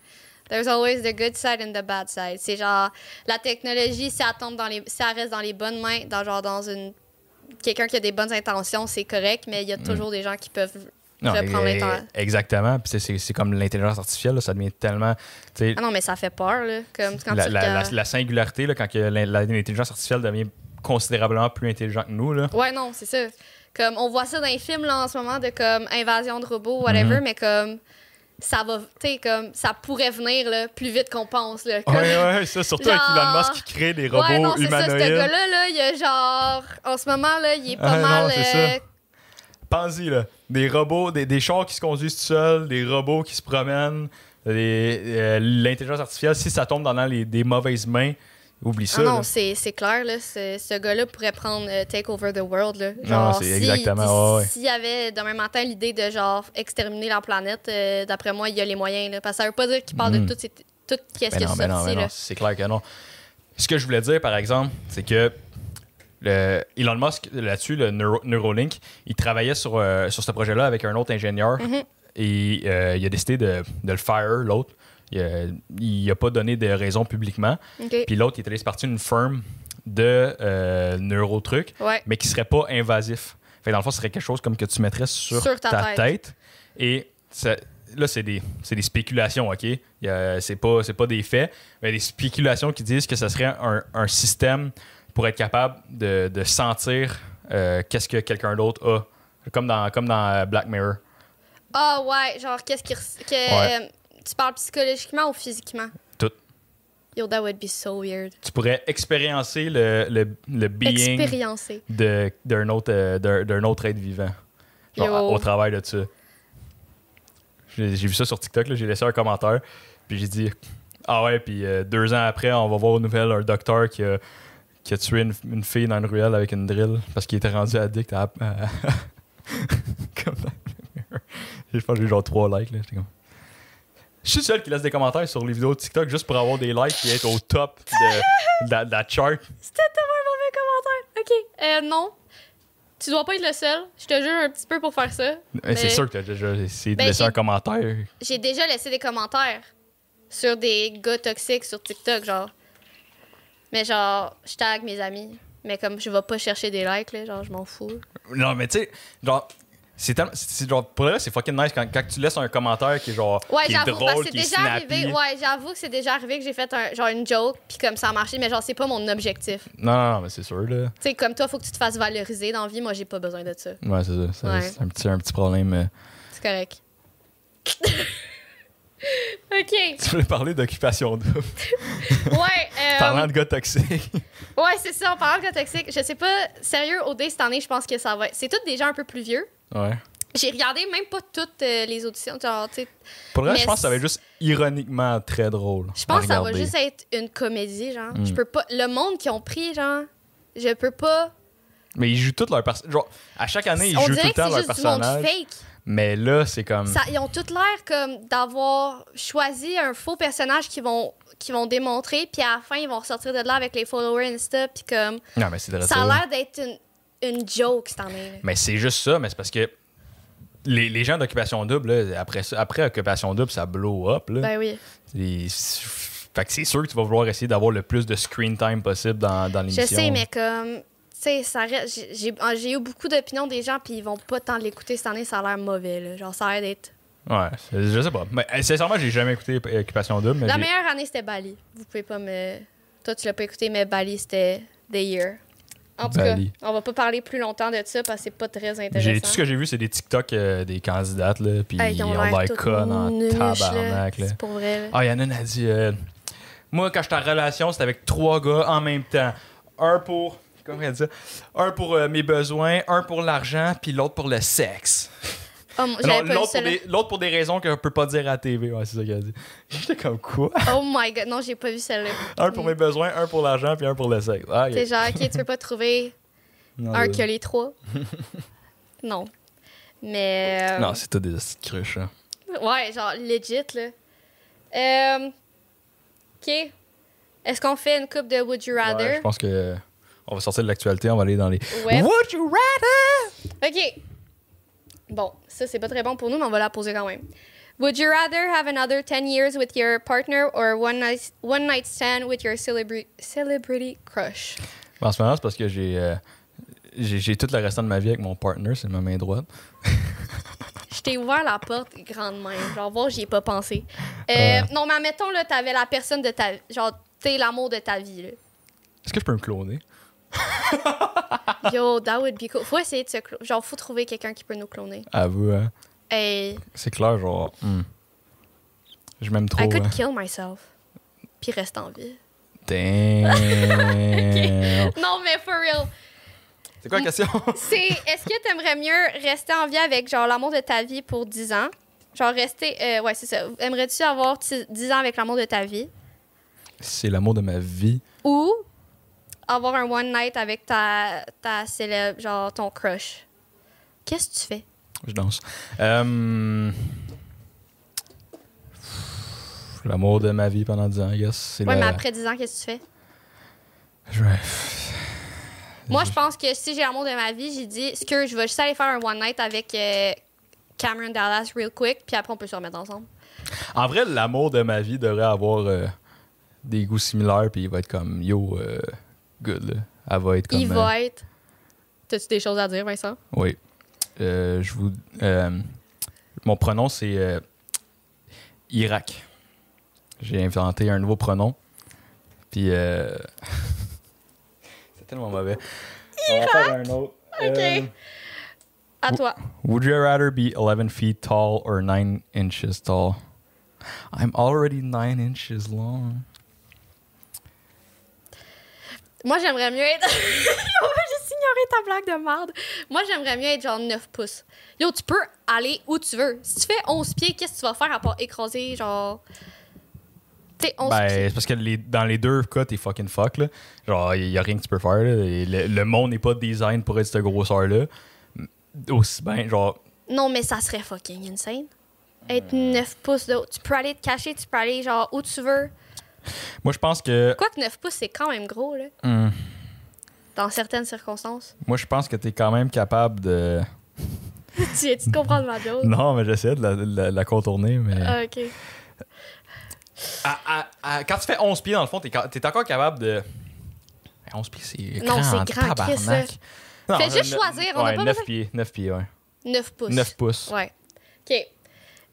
Speaker 2: There's always the good side and the bad side. C'est genre, la technologie, si elle, tombe dans les, si elle reste dans les bonnes mains, dans, genre dans une. Quelqu'un qui a des bonnes intentions, c'est correct, mais il y
Speaker 1: Mm.
Speaker 2: a toujours des gens qui peuvent
Speaker 1: Non,
Speaker 2: reprendre
Speaker 1: et-
Speaker 2: l'intention.
Speaker 1: exactement. Puis c'est- c'est c'est comme l'intelligence artificielle, là, ça devient tellement. tu sais,
Speaker 2: Ah non, mais ça fait peur, là. Comme quand
Speaker 1: la,
Speaker 2: tu
Speaker 1: la-
Speaker 2: regardes-
Speaker 1: la- la singularité, là, quand que l'in- la- l'intelligence artificielle devient considérablement plus intelligente que nous, là.
Speaker 2: Ouais, non, c'est ça. Comme, on voit ça dans les films, là, en ce moment, de comme invasion de robots,
Speaker 1: Mm-hmm.
Speaker 2: whatever, mais comme, ça va, tu sais, comme, ça pourrait venir, là, plus vite qu'on pense, là. Comme-
Speaker 1: ouais, ça, surtout
Speaker 2: Genre-
Speaker 1: qui crée des
Speaker 2: Ouais, non, c'est ça, ce gars-là, là, il a genre, en ce moment, là, il est pas
Speaker 1: Ouais, non,
Speaker 2: mal.
Speaker 1: c'est
Speaker 2: euh,
Speaker 1: Pensez, là. Des robots, des, des chars qui se conduisent tout seuls, des robots qui se promènent, des- euh, l'intelligence artificielle, si ça tombe dans les, des mauvaises mains, oublie
Speaker 2: ah
Speaker 1: ça. là.
Speaker 2: non, c'est c'est clair, là, ce, ce gars-là pourrait prendre euh, Take Over the World, là.
Speaker 1: Non,
Speaker 2: Genre,
Speaker 1: Ah, c'est
Speaker 2: si-
Speaker 1: exactement, ouais, ouais.
Speaker 2: S'il y avait demain matin l'idée de, genre, exterminer la planète, euh, d'après moi, il y a les moyens, là. Parce que ça veut pas dire qu'il parle
Speaker 1: Mm.
Speaker 2: de tout, c'est- tout qu'est-ce
Speaker 1: Ben
Speaker 2: que
Speaker 1: non,
Speaker 2: ça
Speaker 1: ben non, ben
Speaker 2: c'est,
Speaker 1: non,
Speaker 2: là.
Speaker 1: c'est clair que non. Ce que je voulais dire, par exemple, c'est que le- Elon Musk, là-dessus, le Neuro- Neuralink, il travaillait sur, euh, sur ce projet-là avec un autre ingénieur
Speaker 2: Mm-hmm.
Speaker 1: et euh, il a décidé de, de le fire, l'autre. Il n'a pas donné de raison publiquement.
Speaker 2: OK.
Speaker 1: Puis l'autre, il était allé se partir une firme de euh, neurotrucs.
Speaker 2: Ouais.
Speaker 1: mais qui serait pas invasif. Fait que dans le fond, ce serait quelque chose comme que tu mettrais sur,
Speaker 2: Sur ta
Speaker 1: tête. Et ça- là, c'est des, c'est des spéculations, OK? Il y a- C'est pas, c'est pas des faits, mais des spéculations qui disent que ce serait un, un système pour être capable de, de sentir euh, qu'est-ce que quelqu'un d'autre a. Comme dans, comme dans Black Mirror.
Speaker 2: Ah ouais, genre qu'est-ce qui res- que
Speaker 1: Ouais.
Speaker 2: euh, tu parles psychologiquement ou physiquement
Speaker 1: Tout.
Speaker 2: Yo, that would be so weird.
Speaker 1: Tu pourrais expériencer le, le, le being
Speaker 2: Expériencer.
Speaker 1: de- d'un autre, euh, d'un- d'un autre être vivant. Genre,
Speaker 2: Yo.
Speaker 1: à- au travail de ça. J'ai j'ai vu ça sur TikTok, là, j'ai laissé un commentaire, puis j'ai dit Ah ouais, puis euh, deux ans après, on va voir aux nouvelles un docteur qui a, qui a tué une, une fille dans une ruelle avec une drill parce qu'il était rendu addict à. *laughs* à- comme dans- Je pense que j'ai eu genre trois likes. Là. J'étais comme- Je suis le seul qui laisse des commentaires sur les vidéos de TikTok juste pour avoir des likes et être au top de, de la, de la chart.
Speaker 2: C'était tellement un mauvais commentaire. OK. Euh non. Tu dois pas être le seul. Je te jure un petit peu pour faire ça.
Speaker 1: Mais Eh, C'est
Speaker 2: Mais-
Speaker 1: sûr que t'as déjà essayé de
Speaker 2: Ben,
Speaker 1: laisser
Speaker 2: j'ai-
Speaker 1: un commentaire.
Speaker 2: J'ai déjà laissé des commentaires sur des gars toxiques sur TikTok genre. Mais genre, je tag mes amis, mais comme je vais pas chercher des likes là, genre je m'en fous.
Speaker 1: Non, mais tu sais, genre. C'est tellement- c'est- c'est genre, pour le reste, c'est fucking nice quand, quand tu laisses un commentaire qui est genre.
Speaker 2: Ouais,
Speaker 1: qui est
Speaker 2: j'avoue, parce que
Speaker 1: drôle,
Speaker 2: c'est
Speaker 1: qui est
Speaker 2: déjà
Speaker 1: snappy.
Speaker 2: arrivé. Ouais, j'avoue que c'est déjà arrivé que j'ai fait un, genre une joke, puis comme ça a marché, mais genre, c'est pas mon objectif. Tu
Speaker 1: Non, non, non, mais c'est sûr, là.
Speaker 2: sais, comme toi, faut que tu te fasses valoriser dans la vie. Moi, j'ai pas besoin de ça.
Speaker 1: Ouais, c'est ça. C'est
Speaker 2: Ouais.
Speaker 1: c'est un, petit, un petit problème. euh.
Speaker 2: C'est correct. *laughs* OK.
Speaker 1: *laughs* Tu voulais parler d'occupation double.
Speaker 2: Euh, Ouais.
Speaker 1: *laughs*
Speaker 2: euh,
Speaker 1: Parlant de gars toxiques.
Speaker 2: ouais, c'est ça. En parlant de gars toxiques, je sais pas, sérieux, au dé cette année, je pense que ça va. être- C'est tous des gens un peu plus vieux.
Speaker 1: ouais.
Speaker 2: J'ai regardé même pas toutes euh, les auditions. Genre, tu sais,
Speaker 1: Pour le reste,
Speaker 2: Mais
Speaker 1: je pense que ça va être juste ironiquement très drôle.
Speaker 2: je
Speaker 1: à
Speaker 2: pense que ça va
Speaker 1: regarder.
Speaker 2: juste être une comédie, genre.
Speaker 1: Mm.
Speaker 2: Je peux pas. Le monde qu'ils ont pris, genre, je peux pas.
Speaker 1: Mais ils jouent toutes leurs personnages. Genre, à chaque année, Ah, ils
Speaker 2: On
Speaker 1: jouent tout
Speaker 2: dirait
Speaker 1: le
Speaker 2: que
Speaker 1: temps
Speaker 2: c'est
Speaker 1: leur
Speaker 2: juste du monde
Speaker 1: personnage.
Speaker 2: fake.
Speaker 1: Mais là, c'est comme.
Speaker 2: Ça- ils ont toutes l'air comme d'avoir choisi un faux personnage qu'ils vont, qu'ils vont démontrer, puis à la fin, ils vont ressortir de là avec les followers Insta, puis comme...
Speaker 1: Non, mais c'est Hmm. de
Speaker 2: Ça a l'air d'être une, une joke, cette année. là.
Speaker 1: Mais c'est juste ça, mais c'est parce que les, les gens d'occupation double, là, après, ça- après occupation double, ça blow up. Là.
Speaker 2: Ben oui.
Speaker 1: Et c'est- Fait que c'est sûr que tu vas vouloir essayer d'avoir le plus de screen time possible dans, dans l'émission.
Speaker 2: Je sais, mais comme. Tu sais, ça reste- j'ai- j'ai ah, j'ai eu beaucoup d'opinions des gens, puis ils vont pas tant l'écouter cette année, ça a l'air mauvais, là. Genre, ça a l'air d'être.
Speaker 1: Ouais, c'est- je sais pas. Mais, euh, sincèrement, j'ai jamais écouté Occupation Double. Mais
Speaker 2: La
Speaker 1: j'ai-
Speaker 2: meilleure année, c'était Bali. Vous pouvez pas me. Toi, tu l'as pas écouté, mais Bali, c'était The Year. En tout
Speaker 1: Bali.
Speaker 2: cas, on va pas parler plus longtemps de ça parce que c'est pas très
Speaker 1: j'ai- tout ce
Speaker 2: intéressant.
Speaker 1: que j'ai vu, c'est des TikTok euh, des candidates, là, puis
Speaker 2: Hey, ils ont
Speaker 1: on
Speaker 2: l'air
Speaker 1: like
Speaker 2: toutes
Speaker 1: con en
Speaker 2: nuches, là.
Speaker 1: tabarnak. là.
Speaker 2: C'est pour vrai. là.
Speaker 1: Ah, il y en a une a dit euh, Moi, quand j'étais en relation, c'était avec trois gars en même temps. Un pour. Comment elle dit ça? Un pour euh, mes besoins, un pour l'argent, puis l'autre pour le sexe.
Speaker 2: Oh, mon-
Speaker 1: Non,
Speaker 2: j'avais pas vu
Speaker 1: L'autre
Speaker 2: ça,
Speaker 1: pour,
Speaker 2: là.
Speaker 1: des- l'autre pour des raisons qu'on peut pas dire à la TV. Ouais, c'est ça qu'elle a dit. *laughs* J'étais comme quoi
Speaker 2: Oh my god, non, j'ai pas
Speaker 1: *laughs*
Speaker 2: vu celle-là.
Speaker 1: Un
Speaker 2: Mm.
Speaker 1: pour mes besoins, un pour l'argent, puis un pour le sexe. Ah,
Speaker 2: T'es genre, ok, tu peux pas trouver
Speaker 1: non,
Speaker 2: un
Speaker 1: c'est-
Speaker 2: qui a
Speaker 1: *laughs*
Speaker 2: les trois. non. Mais. euh,
Speaker 1: Non, c'est tout des petites cruches. hein.
Speaker 2: Ouais, genre, legit, là. Euh, ok. Est-ce qu'on fait une coupe de Would You Rather?
Speaker 1: Ouais, je pense que euh, on va sortir de l'actualité, on va aller dans les.
Speaker 2: Ouais.
Speaker 1: Would you rather?
Speaker 2: OK. Bon, ça, c'est pas très bon pour nous, mais on va la poser quand même. Would you rather have another 10 years with your partner or one night, one night stand with your celebri- celebrity crush?
Speaker 1: En ce moment, c'est parce que j'ai. euh, j'ai j'ai tout le restant de ma vie avec mon partner, c'est ma main droite.
Speaker 2: Je t'ai ouvert la porte grande même. Genre, voir, j'y ai pas pensé. Euh,
Speaker 1: Ouais.
Speaker 2: Non, mais admettons, là, t'avais la personne de ta... Genre, t'es l'amour de ta vie, là.
Speaker 1: Est-ce que je peux me cloner?
Speaker 2: Yo, that would be cool. Faut essayer de se... clo- Genre, faut trouver quelqu'un qui peut nous cloner.
Speaker 1: À vous, hein?
Speaker 2: Hey,
Speaker 1: C'est clair, genre. hmm. Je m'aime trop.
Speaker 2: I could *laughs*
Speaker 1: hein.
Speaker 2: kill myself. Puis reste en vie. *laughs*
Speaker 1: Damn.
Speaker 2: Non, mais for real.
Speaker 1: C'est quoi la question?
Speaker 2: C'est est-ce que t'aimerais mieux rester en vie avec genre l'amour de ta vie pour 10 ans? Genre rester euh, ouais, c'est ça. Aimerais-tu avoir ti- 10 ans avec l'amour de ta vie
Speaker 1: *laughs* c'est l'amour de ma vie.
Speaker 2: ou avoir un one night avec ta ta célèbre genre ton crush? Qu'est-ce que tu fais
Speaker 1: Je danse. Euh, L'amour de ma vie pendant 10 ans, I guess. C'est
Speaker 2: Ouais,
Speaker 1: la-
Speaker 2: mais après 10 ans, qu'est-ce que tu fais
Speaker 1: Je vais-
Speaker 2: Moi, je pense que si j'ai l'amour de ma vie, j'ai dit ce que je vais juste aller faire un one night avec euh, Cameron Dallas real quick, puis après on peut se remettre ensemble.
Speaker 1: En vrai, l'amour de ma vie devrait avoir euh, des goûts similaires, puis il va être comme yo, euh, good. Là. Elle va être comme.
Speaker 2: Il
Speaker 1: euh,
Speaker 2: va être T'as-tu des choses à dire, Vincent
Speaker 1: Oui. Euh, je vous. euh, mon pronom, c'est euh, Irak. J'ai inventé un nouveau pronom. Puis. euh, *laughs* c'est tellement mauvais. Irak!
Speaker 2: Ok. À
Speaker 1: Ou-
Speaker 2: toi.
Speaker 1: Euh, Would you rather be 11 feet tall or 9 inches tall? I'm already 9 inches long.
Speaker 2: Moi, j'aimerais mieux être. *laughs* Yo, J'ai ignoré ta blague de merde. Moi, j'aimerais mieux être genre 9 pouces. Yo, tu peux aller où tu veux. Si tu fais 11 pieds, qu'est-ce que tu vas faire à part écraser, genre. Tu sais, 11
Speaker 1: Ben,
Speaker 2: pieds.
Speaker 1: c'est parce que les- dans les deux cas, t'es fucking fuck. Là. Genre, il n'y a rien que tu peux faire. là. Et Le, le monde n'est pas design pour être cette grosseur-là. Aussi bien, genre,
Speaker 2: Non, mais ça serait fucking insane. Être 9 pouces de haut. Tu peux aller te cacher, tu peux aller genre où tu veux.
Speaker 1: moi je pense que.
Speaker 2: Quoique 9 pouces, c'est quand même gros, là.
Speaker 1: Hmm.
Speaker 2: Dans certaines circonstances.
Speaker 1: Moi, je pense que t'es quand même capable de.
Speaker 2: *laughs* tu tu comprends ma joke?
Speaker 1: Non, mais j'essaie de la, de la- de la contourner, mais.
Speaker 2: Ah, ok.
Speaker 1: À- à- à- quand tu fais 11 pieds, dans le fond, t'es, ca- t'es encore capable de. Mais 11 pieds, c'est grand.
Speaker 2: Non, c'est grand,
Speaker 1: tabarnak.
Speaker 2: Chris, là.
Speaker 1: Non,
Speaker 2: Fais juste
Speaker 1: ne-
Speaker 2: choisir, on n'a
Speaker 1: ouais,
Speaker 2: pas
Speaker 1: 9
Speaker 2: besoin.
Speaker 1: pieds, 9 pieds, ouais.
Speaker 2: 9 pouces.
Speaker 1: 9 pouces.
Speaker 2: Ouais. OK.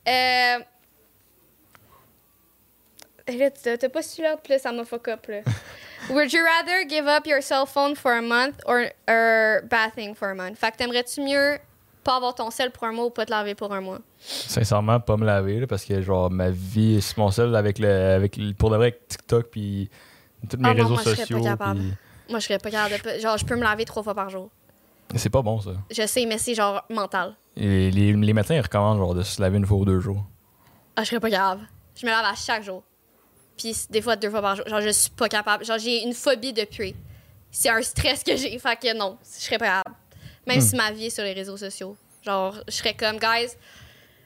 Speaker 2: Euh... Là, t'as t'as pas celui-là, puis là, ça m'a fuck up, là. Would you rather give up your cell phone for a month or, or bathing for a month? Fait que t'aimerais-tu mieux pas avoir ton sel pour un mois ou pas te laver pour un mois?
Speaker 1: Sincèrement, pas me laver, là, parce que, genre, ma vie est sur mon sel avec le, avec le- Pour de vrai, avec TikTok, puis. Tous mes
Speaker 2: Ah non,
Speaker 1: réseaux
Speaker 2: moi, je serais pas
Speaker 1: sociaux.
Speaker 2: capable.
Speaker 1: puis-
Speaker 2: Moi, je serais pas capable de... pas- Genre, je peux me laver trois fois par jour.
Speaker 1: C'est pas bon, ça.
Speaker 2: Je sais, mais c'est genre mental.
Speaker 1: Et les, les médecins, ils recommandent, genre, de se laver une fois ou deux jours.
Speaker 2: Ah, je serais pas capable. Je me lave à chaque jour. Puis c- des fois deux fois par jour. Genre, je suis pas capable. Genre, j'ai une phobie de puer. C'est un stress que j'ai. Fait que non, je serais pas capable. Même
Speaker 1: Hmm.
Speaker 2: si ma vie est sur les réseaux sociaux. Genre, je serais comme, guys,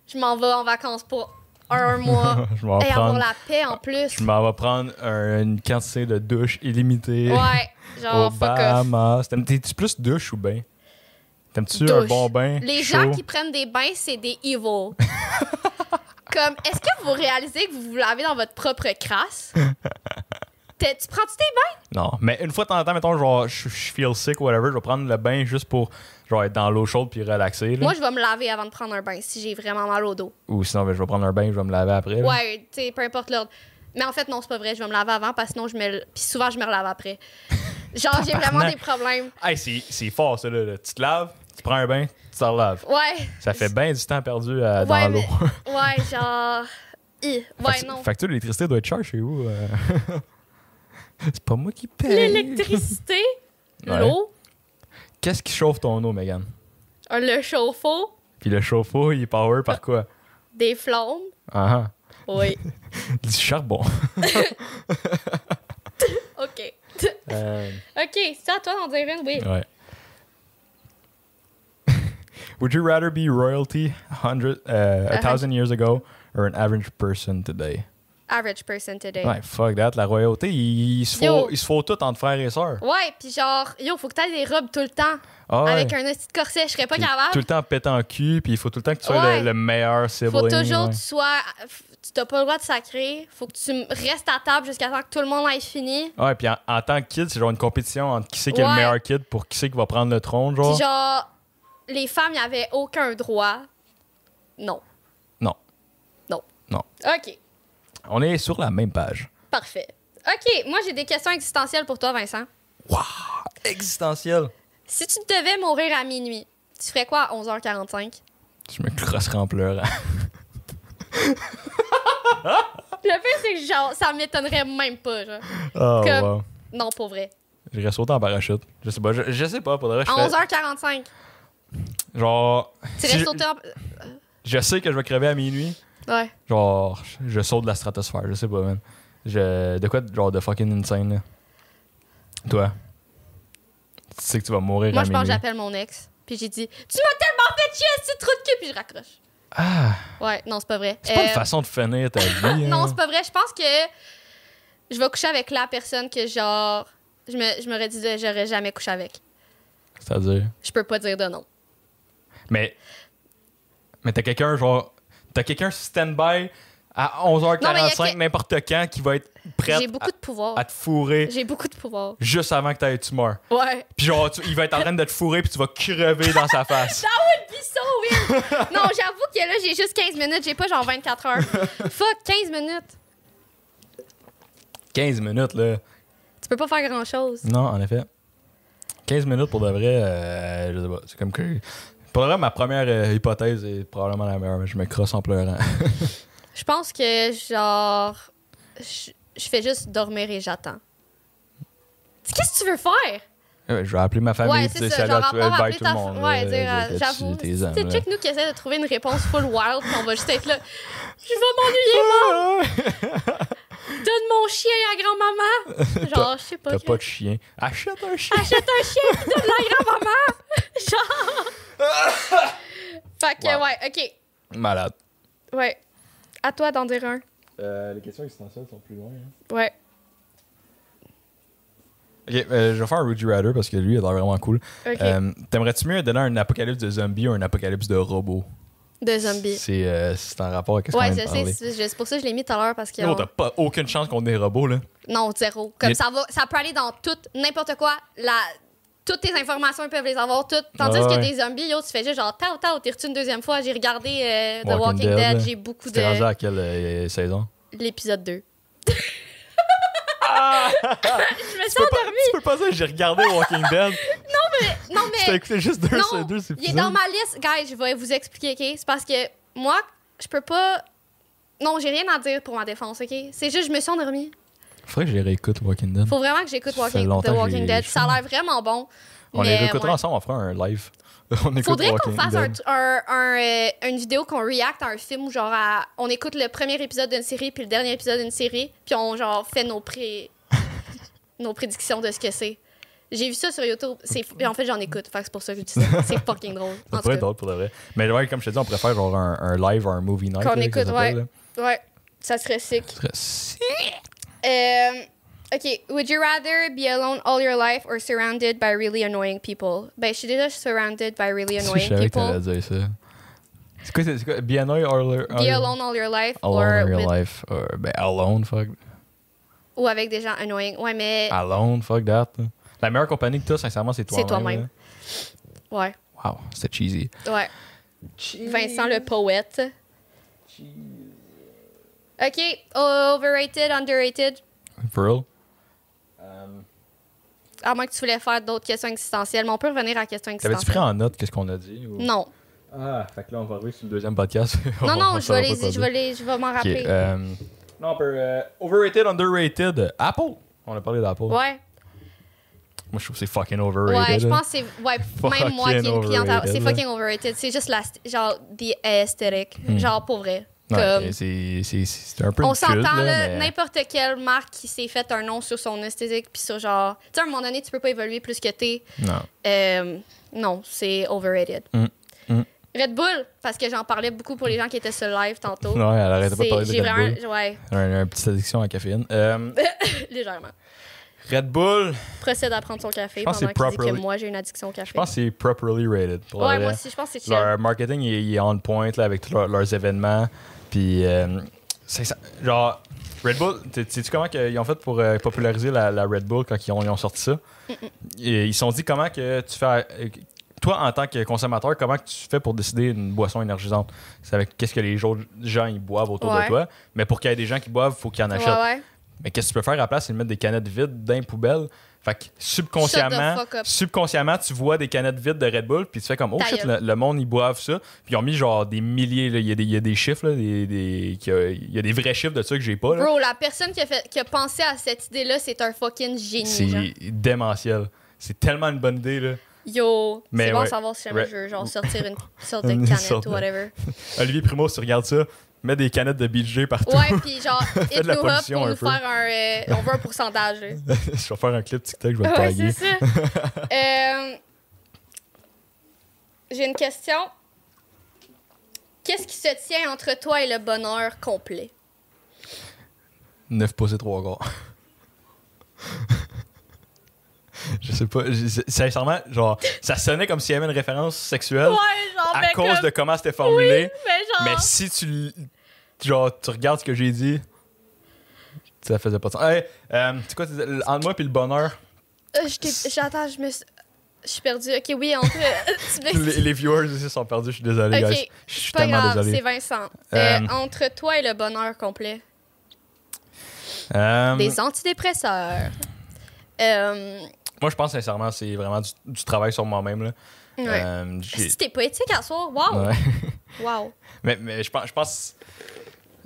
Speaker 2: je m'en vais en vacances pour
Speaker 1: *laughs*
Speaker 2: un mois.
Speaker 1: Je m'en
Speaker 2: Et avoir
Speaker 1: prendre-
Speaker 2: la paix en plus.
Speaker 1: Je m'en vais prendre un- une quantité de douche illimitée.
Speaker 2: Ouais,
Speaker 1: Au
Speaker 2: genre, fuck off.
Speaker 1: Bahamas. T'aimes- T'es-tu plus douche ou bain? T'aimes-tu un
Speaker 2: Douche.
Speaker 1: bon bain?
Speaker 2: Les
Speaker 1: chaud? *laughs*
Speaker 2: gens qui prennent des bains, c'est des evil. comme, est-ce que vous réalisez que vous vous lavez dans votre propre crasse?
Speaker 1: *laughs*
Speaker 2: T'es- tu prends-tu tes bains?
Speaker 1: Non, mais une fois de temps en temps, mettons, genre, je je feel sick ou whatever, je vais prendre le bain juste pour genre, être dans l'eau chaude puis relaxer. là.
Speaker 2: Moi, je vais me laver avant de prendre un bain si j'ai vraiment mal au dos.
Speaker 1: Ou sinon, ben, je vais prendre un bain, je vais me laver après. là.
Speaker 2: Ouais, tu sais, peu importe l'ordre. Mais en fait, non, c'est pas vrai. Je vais me laver avant parce que sinon, je me. l- Puis souvent, je me
Speaker 1: *laughs*
Speaker 2: relave après. Genre, j'ai vraiment des problèmes.
Speaker 1: Hey, c'est c'est fort, ça. Là, là. Tu te laves, tu prends un bain, tu te relaves.
Speaker 2: Ouais.
Speaker 1: Ça fait bien du temps perdu à- dans *laughs*
Speaker 2: Ouais,
Speaker 1: l'eau.
Speaker 2: mais- Ouais, genre. Hi.
Speaker 1: Fait
Speaker 2: Ouais,
Speaker 1: que-
Speaker 2: non.
Speaker 1: Fait que tu, l'électricité doit être chère chez vous. euh. *laughs* c'est pas moi qui paye.
Speaker 2: L'électricité,
Speaker 1: Ouais.
Speaker 2: l'eau,
Speaker 1: Qu'est-ce qui chauffe ton eau, Megan?
Speaker 2: le chauffe-eau,
Speaker 1: Puis le chauffe-eau, il est power par quoi?
Speaker 2: des flammes.
Speaker 1: Ah
Speaker 2: Oui.
Speaker 1: ah. Du charbon.
Speaker 2: *laughs* OK.
Speaker 1: Euh,
Speaker 2: OK, c'est à toi d'en dire une, oui.
Speaker 1: ouais. *laughs* Would you rather be royalty 100, euh, a
Speaker 2: Uh-huh.
Speaker 1: thousand years ago or an average person today?
Speaker 2: Average person today.
Speaker 1: Ouais, fuck that, la royauté, il, il se
Speaker 2: Yo.
Speaker 1: faut, il se faut tout entre frères et sœurs.
Speaker 2: Ouais, pis genre, yo, faut que t'ailles des robes tout le temps.
Speaker 1: Ah ouais.
Speaker 2: Avec un petit corset, je serais pas
Speaker 1: Puis Tout le
Speaker 2: capable.
Speaker 1: temps pétant en cul, puis il faut tout le temps que tu sois
Speaker 2: Ouais.
Speaker 1: le, le meilleur sibling.
Speaker 2: Faut toujours
Speaker 1: ouais.
Speaker 2: que tu sois. Tu t'as pas le droit de sacrer. Faut que tu m- restes à table jusqu'à temps que tout le monde ait fini.
Speaker 1: Ah Ouais, puis en, en tant que kid, c'est genre une compétition entre qui c'est qui est
Speaker 2: Ouais.
Speaker 1: le meilleur kid pour qui c'est qui va prendre le trône, genre.
Speaker 2: Pis genre, les femmes, y avait aucun droit. Non.
Speaker 1: Non,
Speaker 2: Non.
Speaker 1: non.
Speaker 2: OK.
Speaker 1: On est sur la même page.
Speaker 2: Parfait. OK, moi j'ai des questions existentielles pour toi, Vincent.
Speaker 1: Waouh! Existentiel!
Speaker 2: Si tu devais mourir à minuit, tu ferais quoi à 11h45?
Speaker 1: Je me crosserais en pleurant.
Speaker 2: Le fait, c'est que genre, ça m'étonnerait même pas. Genre. *laughs*
Speaker 1: Oh,
Speaker 2: Comme-
Speaker 1: wow.
Speaker 2: Non, pour vrai.
Speaker 1: J'irais sauter en parachute. Je sais pas, je, je sais pas, pour de vrai, je
Speaker 2: À
Speaker 1: ferais-
Speaker 2: 11h45,
Speaker 1: Genre.
Speaker 2: tu
Speaker 1: si
Speaker 2: restes
Speaker 1: je,
Speaker 2: sauté en...
Speaker 1: je sais que je vais crever à minuit.
Speaker 2: Ouais.
Speaker 1: Genre, je, je saute de la stratosphère, je sais pas, man. Je, de quoi, de- genre, de fucking insane, là. Toi. Tu sais que tu vas mourir
Speaker 2: Moi,
Speaker 1: à
Speaker 2: je pense que
Speaker 1: minuit.
Speaker 2: j'appelle mon ex. Puis j'ai dit, tu m'as tellement fait chier, c'est trop de cul. Puis je raccroche.
Speaker 1: Ah!
Speaker 2: Ouais, non, c'est pas vrai.
Speaker 1: C'est pas
Speaker 2: Euh,
Speaker 1: une façon de finir ta vie.
Speaker 2: *laughs* Non,
Speaker 1: hein.
Speaker 2: c'est pas vrai. Je pense que je vais coucher avec la personne que genre. Je me, je m'aurais dit que j'aurais jamais couché avec.
Speaker 1: C'est-à-dire.
Speaker 2: Je peux pas dire de non.
Speaker 1: Mais. Mais t'as quelqu'un, genre. T'as quelqu'un stand-by à 11h45,
Speaker 2: Non, mais y a que-
Speaker 1: n'importe quand, qui va être prêt
Speaker 2: J'ai beaucoup de pouvoir.
Speaker 1: à, à te fourrer
Speaker 2: J'ai beaucoup de pouvoir.
Speaker 1: juste avant que t'aies tu meurs.
Speaker 2: Ouais.
Speaker 1: Puis genre, tu- il va être en train de te fourrer, puis tu vas crever dans sa
Speaker 2: *laughs*
Speaker 1: face.
Speaker 2: Puis so
Speaker 1: *laughs*
Speaker 2: weird. non, j'avoue que là, j'ai juste 15 minutes. J'ai pas genre 24 heures. Fuck, 15 minutes.
Speaker 1: 15 minutes, là.
Speaker 2: Tu peux pas faire grand chose.
Speaker 1: Non, en effet. 15 minutes pour de vrai, euh, je sais pas. C'est comme que. Pour de vrai, ma première euh, hypothèse est probablement la meilleure, mais je me crosse en pleurant.
Speaker 2: Je pense que genre. Je, je fais juste dormir et j'attends. Tu- Qu'est-ce que tu veux faire?
Speaker 1: Ouais, je vais appeler ma famille,
Speaker 2: ouais,
Speaker 1: puis
Speaker 2: c'est
Speaker 1: dire
Speaker 2: ça.
Speaker 1: salut à
Speaker 2: Genre,
Speaker 1: tout-
Speaker 2: rapport
Speaker 1: bye
Speaker 2: appeler
Speaker 1: tout
Speaker 2: ta
Speaker 1: le monde.
Speaker 2: f-
Speaker 1: là,
Speaker 2: Ouais, dire,
Speaker 1: je-
Speaker 2: euh,
Speaker 1: je-
Speaker 2: j'avoue.
Speaker 1: tu- t'es aimes,
Speaker 2: C'est
Speaker 1: là.
Speaker 2: check nous qui essaie de trouver une réponse full wild, puis on va juste être là. Je vais m'ennuyer, donne mon chien
Speaker 1: *laughs*
Speaker 2: à grand-maman. Genre, je sais
Speaker 1: *laughs*
Speaker 2: pas.
Speaker 1: T'as
Speaker 2: que-
Speaker 1: pas de chien. Achète un chien!
Speaker 2: *laughs* Achète un chien, puis donne la grand-maman. *laughs* Genre.
Speaker 1: *laughs*
Speaker 2: fait que,
Speaker 1: Wow.
Speaker 2: ouais, ok.
Speaker 1: Malade.
Speaker 2: Ouais. À toi d'en dire un.
Speaker 1: Euh, les questions existentielles sont plus loin. hein.
Speaker 2: Ouais.
Speaker 1: Ok, euh, je vais faire un Would You Rather parce que lui, il a l'air vraiment cool.
Speaker 2: Ok.
Speaker 1: Euh, T'aimerais-tu mieux donner un apocalypse de zombies ou un apocalypse de robots?
Speaker 2: De zombies.
Speaker 1: C'est euh, c'est en rapport avec ce
Speaker 2: Ouais,
Speaker 1: qu'on
Speaker 2: je
Speaker 1: vient de parler.
Speaker 2: sais, c'est c'est pour ça que je l'ai mis tout à l'heure parce que.
Speaker 1: Yo,
Speaker 2: on-
Speaker 1: t'as pas aucune chance qu'on ait des robots, là.
Speaker 2: Non, zéro. Comme
Speaker 1: Mais-
Speaker 2: ça va, ça peut aller dans tout, n'importe quoi. La, toutes tes informations, ils peuvent les avoir toutes. Tandis
Speaker 1: Ah ouais.
Speaker 2: que des zombies, yo, tu fais juste genre, tao, tao, t'es retu une deuxième fois. J'ai regardé euh, The
Speaker 1: Walking
Speaker 2: Walking, Dead,
Speaker 1: Dead.
Speaker 2: j'ai beaucoup
Speaker 1: C'était rendu
Speaker 2: de.
Speaker 1: à quelle euh, saison?
Speaker 2: L'épisode 2.
Speaker 1: Ah!
Speaker 2: *laughs* Je me suis
Speaker 1: Tu peux pas-
Speaker 2: endormie.
Speaker 1: tu peux pas dire, j'ai regardé Walking Dead.
Speaker 2: *laughs* Non,
Speaker 1: Tu t'as
Speaker 2: mais.
Speaker 1: écouté juste deux,
Speaker 2: Ben, Non,
Speaker 1: deux épisodes.
Speaker 2: il est dans ma liste. Guys, je vais vous expliquer, OK? C'est parce que moi, je peux pas. Non, j'ai rien à dire pour ma défense, OK? C'est juste, je me suis endormie.
Speaker 1: Faudrait que je les réécoute, Walking Dead.
Speaker 2: Faut vraiment que j'écoute
Speaker 1: Ça fait
Speaker 2: Walking, The
Speaker 1: longtemps que
Speaker 2: Walking
Speaker 1: j'ai-
Speaker 2: Dead. Ça a l'air vraiment bon.
Speaker 1: On les
Speaker 2: mais
Speaker 1: réécoutera
Speaker 2: ouais.
Speaker 1: ensemble, on fera un live. *laughs* on écoute
Speaker 2: Faudrait qu'on
Speaker 1: Walking
Speaker 2: fasse un,
Speaker 1: Dead.
Speaker 2: un- un, euh, une vidéo qu'on react à un film où genre à- on écoute le premier épisode d'une série puis le dernier épisode d'une série puis on genre fait
Speaker 1: *laughs*
Speaker 2: nos pré nos prédictions de ce que c'est. J'ai vu ça sur YouTube. C'est et en fait j'en écoute. Fait que c'est pour ça que je dis ça. C'est fucking drôle.
Speaker 1: Ça
Speaker 2: En tout
Speaker 1: pourrait être
Speaker 2: cas.
Speaker 1: drôle pour de vrai. Mais ouais, comme je te dis, on préfère genre un, un live ou un movie night.
Speaker 2: Qu'on
Speaker 1: là, que
Speaker 2: écoute,
Speaker 1: ça
Speaker 2: ouais.
Speaker 1: s'appelle, là.
Speaker 2: Ouais, ça serait sick.
Speaker 1: Ce serait si-
Speaker 2: Euh, ok, would you rather be alone all your life or surrounded by really annoying people? Ben je suis déjà surrounded by really
Speaker 1: Si *laughs* je
Speaker 2: annoying
Speaker 1: savais que
Speaker 2: people.
Speaker 1: t'allais dire ça. C'est quoi, c'est c'est quoi? Be Alone All, all-
Speaker 2: Be alone all your life
Speaker 1: Alone
Speaker 2: or
Speaker 1: in your
Speaker 2: with-
Speaker 1: life. or- ben, alone, fuck.
Speaker 2: ou avec des gens annoying. Ouais, mais
Speaker 1: Alone, fuck that. La meilleure compagnie que t'as, sincèrement, c'est
Speaker 2: C'est
Speaker 1: toi-même.
Speaker 2: toi-même. ouais,
Speaker 1: là. Wow, c'était cheesy.
Speaker 2: ouais. Vincent le poète. OK, overrated, underrated.
Speaker 1: For real? Um,
Speaker 2: À moins que tu voulais faire d'autres questions existentielles, mais on peut revenir à la question
Speaker 1: T'avais-tu pris
Speaker 2: existentielle.
Speaker 1: en note qu'est-ce qu'on a dit? ou-
Speaker 2: Non.
Speaker 1: Ah, fait que là, on va arriver sur le *laughs* deuxième podcast.
Speaker 2: Non,
Speaker 1: On va
Speaker 2: non, je vais,
Speaker 1: savoir pas
Speaker 2: les,
Speaker 1: quoi
Speaker 2: je,
Speaker 1: dire.
Speaker 2: vais les- je vais m'en
Speaker 1: Ok,
Speaker 2: rappeler.
Speaker 1: euh, Non, on peut, euh, overrated, underrated. Apple. On a parlé d'Apple.
Speaker 2: Ouais.
Speaker 1: Moi, je trouve que c'est fucking overrated.
Speaker 2: Ouais, je
Speaker 1: là.
Speaker 2: pense que c'est. Ouais, même moi qui ai
Speaker 1: Fucking
Speaker 2: une cliente. à- C'est
Speaker 1: overrated,
Speaker 2: fucking overrated. C'est juste la. Genre, the aesthetic.
Speaker 1: Hmm.
Speaker 2: Genre, pour vrai.
Speaker 1: Ouais,
Speaker 2: Comme,
Speaker 1: c'est, c'est, c'est un peu
Speaker 2: on
Speaker 1: une culte,
Speaker 2: s'entend,
Speaker 1: là,
Speaker 2: là.
Speaker 1: mais-
Speaker 2: N'importe quelle marque qui s'est faite un nom sur son esthétique, puis sur genre. Tu sais, à un moment donné, tu peux pas évoluer plus que t'es.
Speaker 1: Non.
Speaker 2: Euh, non, c'est overrated.
Speaker 1: Mm. Mm.
Speaker 2: Red Bull, parce que j'en parlais beaucoup pour les gens qui étaient sur le live tantôt.
Speaker 1: Non, elle arrêtait pas de
Speaker 2: C'est-
Speaker 1: parler de
Speaker 2: J'ai
Speaker 1: Red
Speaker 2: vraiment.
Speaker 1: Bull.
Speaker 2: Ouais, *laughs*
Speaker 1: Elle a Une petite addiction à la caféine. Euh,
Speaker 2: légèrement.
Speaker 1: Red Bull,
Speaker 2: Procède à prendre son café
Speaker 1: Je pense que
Speaker 2: pendant
Speaker 1: c'est
Speaker 2: qu'il dit que
Speaker 1: properly-
Speaker 2: moi, j'ai une addiction au café.
Speaker 1: je pense que c'est properly rated. Pour le
Speaker 2: ouais, moi
Speaker 1: vrai.
Speaker 2: aussi, je pense que c'est chill.
Speaker 1: Leur marketing il est, il est on point là, avec tous leurs- leurs événements. Puis, euh, c'est ça. Genre, Red Bull, tu- tu sais-tu comment ils ont fait pour euh, populariser la, la Red Bull quand ils ont, ils ont sorti ça? Et ils se sont dit comment que tu fais. euh, Toi, en tant que consommateur, comment que tu fais pour décider une boisson énergisante? C'est avec qu'est-ce que les jo- gens ils boivent autour
Speaker 2: Ouais.
Speaker 1: de toi. Mais pour qu'il y ait des gens qui boivent, il faut qu'ils en achètent.
Speaker 2: Ouais, ouais.
Speaker 1: Mais qu'est-ce que tu peux faire à la place, c'est de mettre des canettes vides dans les poubelles. Fait que subconsciemment,
Speaker 2: Shut the fuck up.
Speaker 1: subconsciemment, tu vois des canettes vides de Red Bull, puis tu fais comme, oh
Speaker 2: Ta
Speaker 1: shit, le,
Speaker 2: gueule.
Speaker 1: le monde, ils boivent ça. Puis ils ont mis genre des milliers, là. il y, a des- il y a des chiffres, là, des, des- qu'il y a- il y a des vrais chiffres de ça que j'ai pas. là.
Speaker 2: Bro, la personne qui a, fait, qui a pensé à cette idée-là, c'est un fucking génie. genre.
Speaker 1: C'est démentiel. C'est tellement une bonne idée. Là.
Speaker 2: Yo,
Speaker 1: Mais
Speaker 2: c'est bon
Speaker 1: ouais.
Speaker 2: à savoir si jamais
Speaker 1: Re-
Speaker 2: je veux genre, sortir une sorte de
Speaker 1: *laughs* Une
Speaker 2: canette
Speaker 1: sorte
Speaker 2: ou
Speaker 1: de-
Speaker 2: whatever.
Speaker 1: Olivier Primo, si tu regardes ça, mets des canettes de BJ partout.
Speaker 2: Ouais, puis genre, hit
Speaker 1: de la
Speaker 2: nous up
Speaker 1: pollution
Speaker 2: pour
Speaker 1: un
Speaker 2: nous
Speaker 1: peu.
Speaker 2: faire un. euh, on veut un pourcentage. là.
Speaker 1: *laughs* je vais faire un clip TikTok, je vais le
Speaker 2: Ouais,
Speaker 1: taguer.
Speaker 2: c'est ça.
Speaker 1: *laughs*
Speaker 2: Euh, J'ai une question. Qu'est-ce qui se tient entre toi et le bonheur complet?
Speaker 1: 9 pouces et 3 quarts. *laughs* je sais pas. je- c'est- sincèrement, genre, ça sonnait comme s'il y avait une référence sexuelle
Speaker 2: genre,
Speaker 1: Euh, à cause de comment c'était formulé.
Speaker 2: Mais genre.
Speaker 1: Mais si tu, l- genre, tu regardes ce que j'ai dit, ça faisait pas de sens. Hey, euh, c'est quoi, tu disais, entre moi puis le
Speaker 2: *laughs*
Speaker 1: bonheur,
Speaker 2: Euh, je t'ai- J'attends, je me. suis- Je suis perdue. Ok, oui,
Speaker 1: *laughs*
Speaker 2: on peut. *laughs* tu m'expliques.
Speaker 1: les, les viewers ici sont perdus, je suis désolé,
Speaker 2: Ok,
Speaker 1: guys. Je suis
Speaker 2: Pas
Speaker 1: tellement
Speaker 2: grave, c'est
Speaker 1: désolé.
Speaker 2: Vincent.
Speaker 1: Euh,
Speaker 2: Euh, entre toi et le bonheur complet,
Speaker 1: Euh,
Speaker 2: des antidépresseurs. Euh,
Speaker 1: moi, je pense sincèrement, c'est vraiment du, du travail sur moi-même. là.
Speaker 2: ouais.
Speaker 1: Euh, j'ai-
Speaker 2: si t'es poétique à soir, wow!
Speaker 1: Ouais.
Speaker 2: Wow!
Speaker 1: Mais, mais je pense, je pense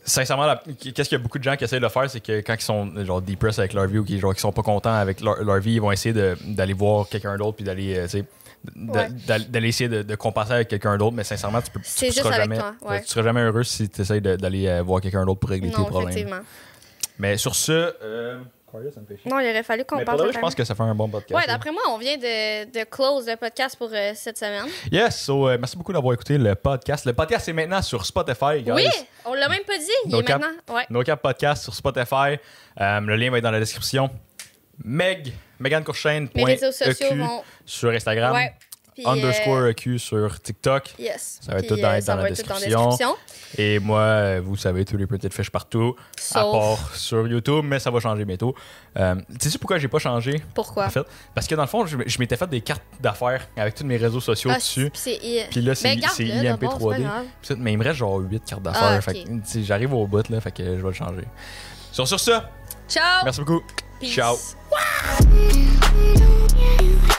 Speaker 1: sincèrement, la- qu'est-ce qu'il y a beaucoup de gens qui essayent de faire, c'est que quand ils sont euh, genre depressed avec leur vie ou qui genre qui sont pas contents avec leur, leur vie, ils vont essayer de- d'aller voir quelqu'un d'autre puis d'aller euh, tu sais, d-
Speaker 2: Ouais.
Speaker 1: d'a- d'aller essayer de, de compenser avec quelqu'un d'autre. Mais sincèrement, tu peux tu
Speaker 2: C'est juste
Speaker 1: seras
Speaker 2: avec
Speaker 1: jamais, euh,
Speaker 2: toi, ouais.
Speaker 1: tu seras jamais heureux si tu essayes d'aller euh, voir quelqu'un d'autre pour régler tes
Speaker 2: Non,
Speaker 1: problèmes.
Speaker 2: effectivement.
Speaker 1: Mais sur ce, euh, Aquarius, ça me fait chier.
Speaker 2: Non, il aurait fallu qu'on
Speaker 1: Mais pour
Speaker 2: parle
Speaker 1: de
Speaker 2: de
Speaker 1: vrai, je pense que ça fait un bon podcast.
Speaker 2: Ouais, d'après moi, on vient de, de close le podcast pour euh, cette semaine.
Speaker 1: yes, so, euh, merci beaucoup d'avoir écouté le podcast. Le podcast est maintenant sur Spotify, guys.
Speaker 2: Oui! On l'a même pas dit! Il
Speaker 1: No
Speaker 2: est
Speaker 1: cap.
Speaker 2: maintenant. Ouais.
Speaker 1: No Cap Podcast sur Spotify. Euh, le lien va être dans la description. Meg,
Speaker 2: Mes réseaux sociaux
Speaker 1: megancourchaine.eq
Speaker 2: vont.
Speaker 1: E sur Instagram.
Speaker 2: Ouais. Puis, euh,
Speaker 1: underscore EQ sur TikTok.
Speaker 2: Yes.
Speaker 1: Ça va être
Speaker 2: Puis,
Speaker 1: tout dans-
Speaker 2: euh,
Speaker 1: dans
Speaker 2: ça
Speaker 1: la
Speaker 2: va être tout dans la
Speaker 1: description.
Speaker 2: description.
Speaker 1: Et moi, euh, vous savez, tous les petites fiches partout, à
Speaker 2: Sauf.
Speaker 1: part sur YouTube, mais ça va changer bientôt. Euh, tu sais pourquoi j'ai pas changé,
Speaker 2: Pourquoi?
Speaker 1: en fait? Parce que dans le fond, je, je m'étais fait des cartes d'affaires avec tous mes réseaux sociaux
Speaker 2: Ah,
Speaker 1: dessus.
Speaker 2: c'est- c'est I-
Speaker 1: Puis là, c'est
Speaker 2: Ben, garde-le
Speaker 1: c'est
Speaker 2: d'abord, c'est pas
Speaker 1: IMP3D.
Speaker 2: grave.
Speaker 1: Puis tout, Mais il me reste genre 8 cartes d'affaires.
Speaker 2: Ah, ok.
Speaker 1: Fait que, tu sais, j'arrive au bout, là, fait que je vais le changer. Sur, sur ça,
Speaker 2: Ciao!
Speaker 1: merci beaucoup.
Speaker 2: Peace.
Speaker 1: Ciao.
Speaker 3: you.